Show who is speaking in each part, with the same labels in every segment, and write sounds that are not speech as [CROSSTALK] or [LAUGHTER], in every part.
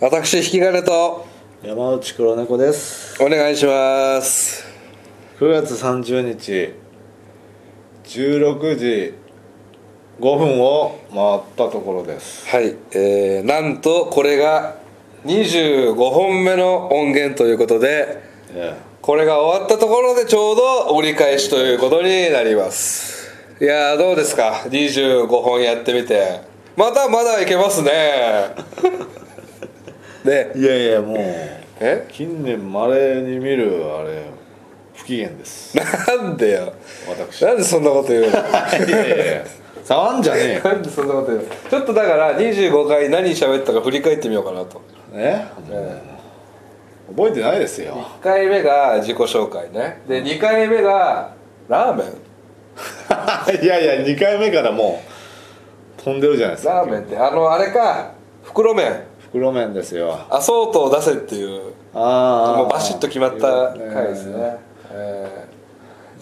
Speaker 1: 私引き金と
Speaker 2: 山内黒猫です
Speaker 1: お願いします
Speaker 2: 9月30日16時5分を回ったところです
Speaker 1: はい、えー、なんとこれが25本目の音源ということで
Speaker 2: え
Speaker 1: これが終わったところでちょうど折り返しということになりますいやーどうですか25本やってみてまだまだいけますね [LAUGHS] ね
Speaker 2: えいやいやもう
Speaker 1: え
Speaker 2: 近年まれに見るあれ不機嫌です
Speaker 1: なんでよ
Speaker 2: [LAUGHS] 私
Speaker 1: なんでそんなこと言うの
Speaker 2: いやいやいや触んじゃ
Speaker 1: [LAUGHS]
Speaker 2: ね
Speaker 1: なんでそんなこと言うのちょっとだから25回何喋ったか振り返ってみようかなと
Speaker 2: えねもう覚えてないですよ
Speaker 1: 1回目が自己紹介ねで2回目がラーメン
Speaker 2: [LAUGHS] いやいや2回目からもう飛んでるじゃないです
Speaker 1: ラ
Speaker 2: か
Speaker 1: ーメンってあのあれか袋麺
Speaker 2: 袋麺ですよ
Speaker 1: アソートを出せっていう
Speaker 2: ああ
Speaker 1: もうバシッと決まった回ですね、えー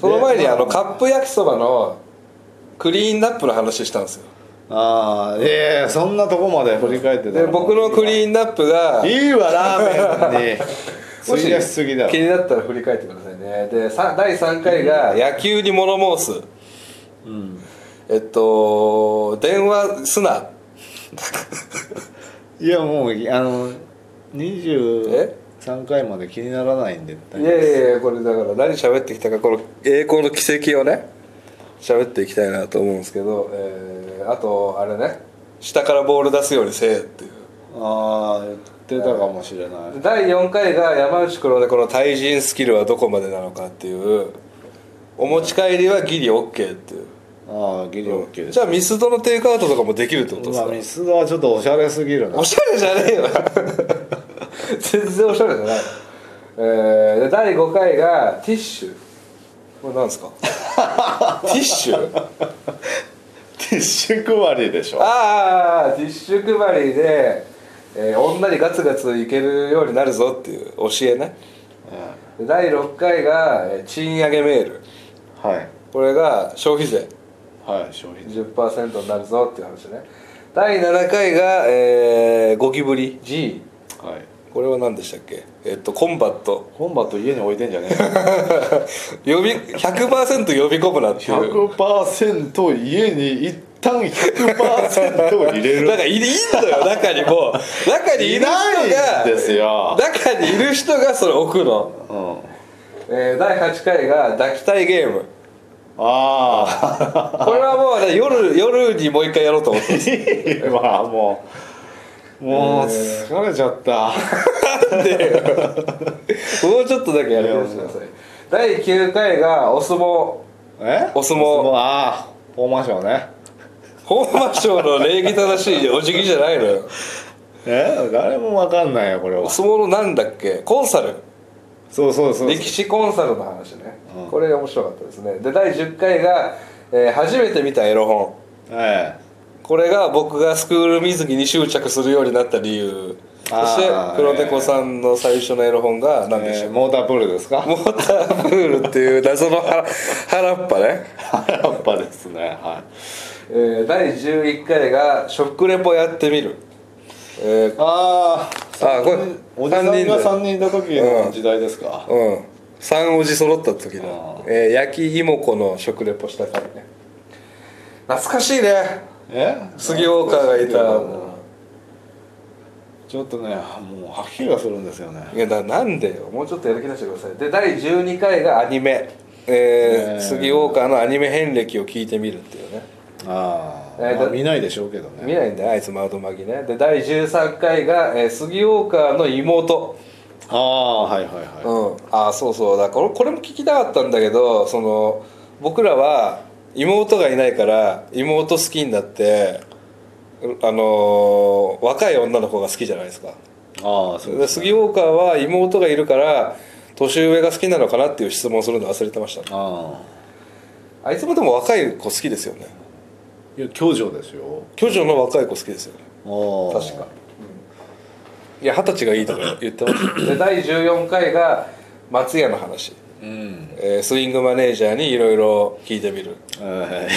Speaker 1: その前にあのカップ焼きそばのクリーンナップの話したんですよ
Speaker 2: ああいやいやそんなとこまで振り返ってた
Speaker 1: で僕のクリーンナップが
Speaker 2: いいわラーメンに
Speaker 1: もし
Speaker 2: 費やしすぎだ
Speaker 1: 気
Speaker 2: ろ
Speaker 1: になったら振り返ってくださいねでさ第3回が野球に物申す、えっと電話すない
Speaker 2: やもうあの
Speaker 1: え
Speaker 2: 23回まで気にならないんで
Speaker 1: いやいやいやこれだから何喋ってきたかこの栄光の軌跡をね喋っていきたいなと思うんですけど、えーあとあれね下からボール出すようにせえっていう
Speaker 2: ああ言ってたかもしれない、
Speaker 1: で第4回が山内黒猫の対人スキルはどこまでなのかっていうお持ち帰りはギリ OK っていう
Speaker 2: ああギリ OK です
Speaker 1: じゃあミスドのテイクアウトとかもできるってことです
Speaker 2: まあ
Speaker 1: か
Speaker 2: ミスドはちょっとおしゃれすぎるな
Speaker 1: おしゃれじゃねえよ全然おしゃれじゃない、えーで第5回がティッシュこれなんですかティッシュ
Speaker 2: ティッシュ配りでしょ
Speaker 1: ああティッシュ配りで、えー女にガツガツいけるようになるぞっていう教えね
Speaker 2: う
Speaker 1: で第6回が、えー賃上げメール
Speaker 2: んはい
Speaker 1: これが消費税
Speaker 2: はい消費税
Speaker 1: 10%になるぞっていう話ね第7回が、えーゴキブリ G
Speaker 2: はい
Speaker 1: これは何でしたっけえっとコンバット
Speaker 2: コンバット家に置いてんじゃねえ
Speaker 1: [LAUGHS] 予
Speaker 2: よ
Speaker 1: 備100%呼び込むなっていう
Speaker 2: 100%家に一旦100%入れ
Speaker 1: だ
Speaker 2: る
Speaker 1: からいいんだよ中にもう中にいる人
Speaker 2: いないんです
Speaker 1: が
Speaker 2: よ
Speaker 1: 中にいる人がそれ置くの、
Speaker 2: うん
Speaker 1: えー第8回が抱きたいゲーム
Speaker 2: あ
Speaker 1: これはもう、ね、夜夜にもう一回やろうと思ってます
Speaker 2: [LAUGHS] あまあもうもう疲れちゃった、
Speaker 1: もうちょっとだけやりましてください第9回がお相撲
Speaker 2: え
Speaker 1: お相撲
Speaker 2: ああ大魔将ね
Speaker 1: 本魔省の礼儀正しいお辞儀じゃないのよ
Speaker 2: え誰もわかんないよこれ
Speaker 1: お
Speaker 2: は
Speaker 1: 相撲のなんだっけコンサル
Speaker 2: そうそうそう
Speaker 1: 歴史コンサルの話ね、
Speaker 2: うん
Speaker 1: これ面白かったですねで第10回が、えー初めて見たエロ本
Speaker 2: え
Speaker 1: これが僕がスクール水着に執着するようになった理由そ
Speaker 2: あー
Speaker 1: して
Speaker 2: はい
Speaker 1: 黒猫さんの最初のエロ本が
Speaker 2: え
Speaker 1: 何でし
Speaker 2: え
Speaker 1: ょ
Speaker 2: ー
Speaker 1: う、
Speaker 2: モータープールですか
Speaker 1: モータープールっていう謎の腹 [LAUGHS] 腹っぱね、
Speaker 2: やっぱですねはい
Speaker 1: えー第11回が「食レポやってみる」え
Speaker 2: あ
Speaker 1: あこれ
Speaker 2: おじさん
Speaker 1: 三人
Speaker 2: が
Speaker 1: で
Speaker 2: 3人いた時の時代ですか
Speaker 1: ー、うん三おじ揃った時の、えー焼き芋子の食レポした回ね懐かしいね
Speaker 2: え
Speaker 1: 杉岡がいた
Speaker 2: ちょっとねもう吐き気がするんですよね
Speaker 1: いやだなんでよもうちょっとやる気出してくださいで第12回がアニメ、えー
Speaker 2: ねえ
Speaker 1: 杉岡のアニメ遍歴を聞いてみるっていうね
Speaker 2: ああ、
Speaker 1: えー
Speaker 2: まあ
Speaker 1: だ
Speaker 2: 見ないでしょうけどね
Speaker 1: 見ないんだよあいつ窓巻きねで第13回が、えー杉岡の妹
Speaker 2: ああはいはいはい、
Speaker 1: うんあそうそうだこれこれも聞きたかったんだけどその僕らは妹がいないから妹好きになってうあのー若い女の子が好きじゃないですか
Speaker 2: ああそう
Speaker 1: で
Speaker 2: です、ね、
Speaker 1: 杉岡は妹がいるから年上が好きなのかなっていう質問をするの忘れてました
Speaker 2: あ
Speaker 1: あいつもでも若い子好きですよね
Speaker 2: あいや教女ですよ
Speaker 1: 巨女の若い子好きですよね
Speaker 2: ああ
Speaker 1: 確か、いや二十歳がいいとか言ってました [LAUGHS] で第14回が松屋の話、
Speaker 2: うん
Speaker 1: えースイングマネージャーにいろいろ聞いてみる
Speaker 2: え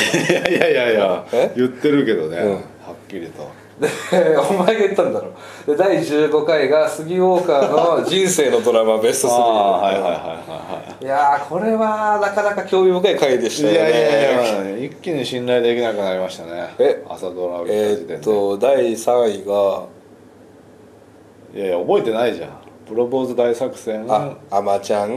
Speaker 2: ー [LAUGHS] いやいやいやいや
Speaker 1: え
Speaker 2: 言ってるけどね、
Speaker 1: うん
Speaker 2: はっきりと
Speaker 1: でお前が言ったんだろで第15回が杉ウォーカーの人生のドラマベスト [LAUGHS]
Speaker 2: あ
Speaker 1: 3
Speaker 2: あはいはいはいはいはい
Speaker 1: いやーこれはなかなか興味深い回でし
Speaker 2: い
Speaker 1: た
Speaker 2: や
Speaker 1: よ
Speaker 2: い
Speaker 1: ね
Speaker 2: やいや一気に信頼できなくなりましたね
Speaker 1: え
Speaker 2: 朝ドラを見た時点で
Speaker 1: えーっと第3位が
Speaker 2: いやいや覚えてないじゃんプロポーズ大作戦
Speaker 1: あアマちゃん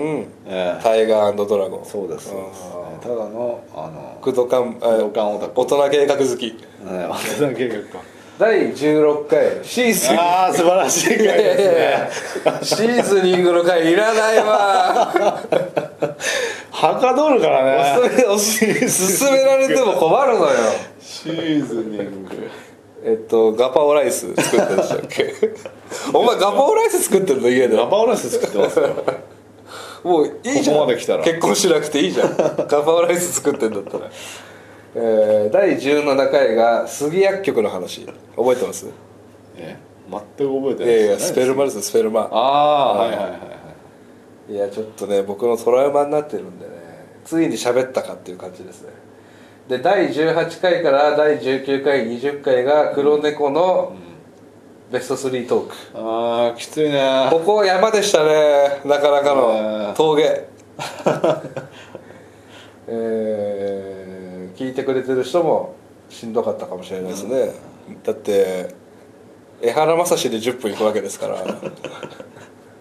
Speaker 2: ええ
Speaker 1: タイガードラゴン
Speaker 2: そうですそうです
Speaker 1: あー
Speaker 2: ただのあの
Speaker 1: クドカンあ
Speaker 2: ドカンオタク
Speaker 1: 大人計画好き
Speaker 2: ええ私の計画か
Speaker 1: 第16回シーズン
Speaker 2: ああ素晴らしい回
Speaker 1: いやい
Speaker 2: です
Speaker 1: やい
Speaker 2: ね
Speaker 1: やシーズニングの回いらないわ
Speaker 2: はかどるからね
Speaker 1: おすすめおすす勧められても困るのよ
Speaker 2: シーズニング
Speaker 1: えっとガパオライス作ってましたっけ [LAUGHS] お前ガパオライス作ってるの家で
Speaker 2: ガパオライス作ってますよ
Speaker 1: もういいじゃん
Speaker 2: ここまで来たら
Speaker 1: 結婚しなくていいじ
Speaker 2: [LAUGHS]
Speaker 1: ゃんガパオライス作ってんだったら、えー、第17回が杉薬局の話覚えてます
Speaker 2: え全く覚えて
Speaker 1: い
Speaker 2: な
Speaker 1: や
Speaker 2: い
Speaker 1: いやスペルマですスペルマ
Speaker 2: ああはいはいはいはい
Speaker 1: いやちょっとね僕のトラウマになってるんでねついに喋ったかっていう感じですねで第18回から第19回20回が黒猫のベスト3トーク、
Speaker 2: あーきついね
Speaker 1: ここ山でしたねなかなか
Speaker 2: え
Speaker 1: の
Speaker 2: ー
Speaker 1: [LAUGHS] 峠えー聞いてくれてる人もしんどかったかもしれないですね、だって江原正史で10分行くわけですから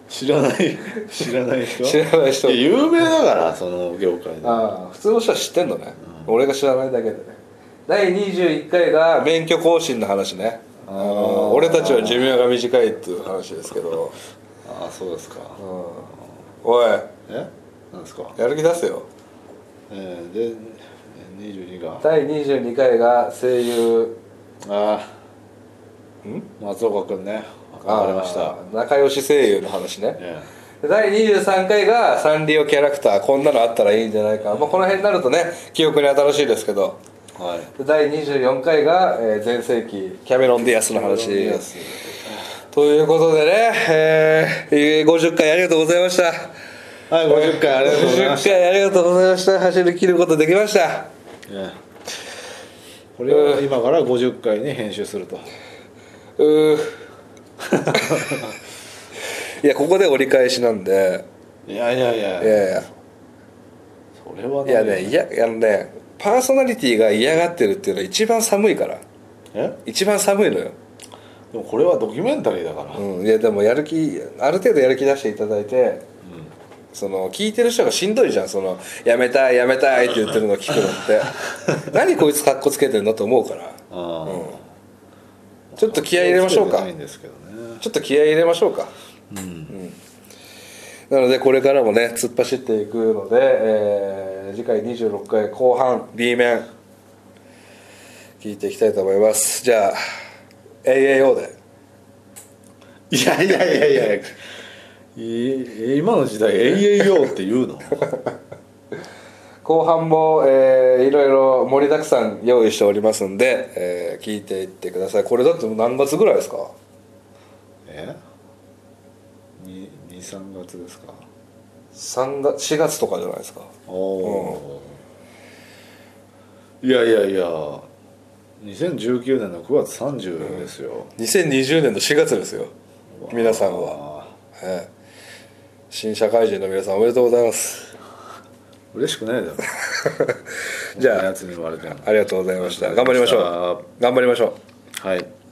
Speaker 2: 知らない知らない人
Speaker 1: 知らない人
Speaker 2: や有名だからその業界
Speaker 1: [LAUGHS]
Speaker 2: で
Speaker 1: ああ普通の人は知ってんのね、俺が知らないだけでね第21回が免許更新の話ね
Speaker 2: あ
Speaker 1: あ
Speaker 2: ー
Speaker 1: の俺たちは寿命が短いっていう話ですけど、
Speaker 2: ああそうですか
Speaker 1: [LAUGHS] うんおい
Speaker 2: えなんですか
Speaker 1: やる気出せよ
Speaker 2: えー、で22が
Speaker 1: [LAUGHS] 第22回が声優
Speaker 2: あ
Speaker 1: ん
Speaker 2: あ松岡君ねわかりました
Speaker 1: あー仲良し声優の話ね
Speaker 2: え
Speaker 1: 第23回がサンリオキャラクターこんなのあったらいいんじゃないか、まあ、この辺になるとね記憶に新しいですけど
Speaker 2: えはい
Speaker 1: 第24回がえー全盛期キャメロン・ディアスの話
Speaker 2: いいです
Speaker 1: ということでね、えー、50回ありがとうございました。
Speaker 2: はい50回ありがとうございまし
Speaker 1: 50回ありがとうございました。走り切ることできました。
Speaker 2: た、ええこれを今から50回に編集すると
Speaker 1: うー。
Speaker 2: [LAUGHS]
Speaker 1: いや、ここで折り返しなんで、
Speaker 2: いやいやいや
Speaker 1: いやいや、
Speaker 2: それはい
Speaker 1: やね、いや、あのね、パーソナリティが嫌がってるっていうのは一番寒いから。
Speaker 2: え
Speaker 1: 一番寒いのよ。
Speaker 2: でもこれはドキュメンタリーだから、
Speaker 1: うん、いや、でもやる気、ある程度やる気出していただいて、その聞いてる人がしんどいじゃんその「やめたいやめたい」って言ってるの聞くのって
Speaker 2: [LAUGHS]
Speaker 1: 何こいつかっこつけてんのと思うから
Speaker 2: ああ、
Speaker 1: ちょっと気合い入れましょうか
Speaker 2: ないんですけどね
Speaker 1: ちょっと気合い入れましょうかうん、なのでこれからもね突っ走っていくので、えー次回26回後半 B 面聞いていきたいと思いますじゃあ AAO で
Speaker 2: いやいやいやいやいい今の時代 AAO って言うの
Speaker 1: 後半も、えーいろいろ盛りだくさん用意しておりますんで、えー聞いていってくださいこれだって何月ぐらいですか
Speaker 2: え23月ですか
Speaker 1: 3月4月とかじゃないですか
Speaker 2: おおー、いやいやいや2019年の9月30ですよ、
Speaker 1: 2020年の4月ですよ皆さんは、
Speaker 2: ああ
Speaker 1: はい新社会人の皆さんおめでとうございます
Speaker 2: 嬉しくないだろ
Speaker 1: じゃあ
Speaker 2: こんなやつに言われても
Speaker 1: ありがとうございました頑張りましょ
Speaker 2: あ
Speaker 1: う頑張りましょう
Speaker 2: りがとうございましたはい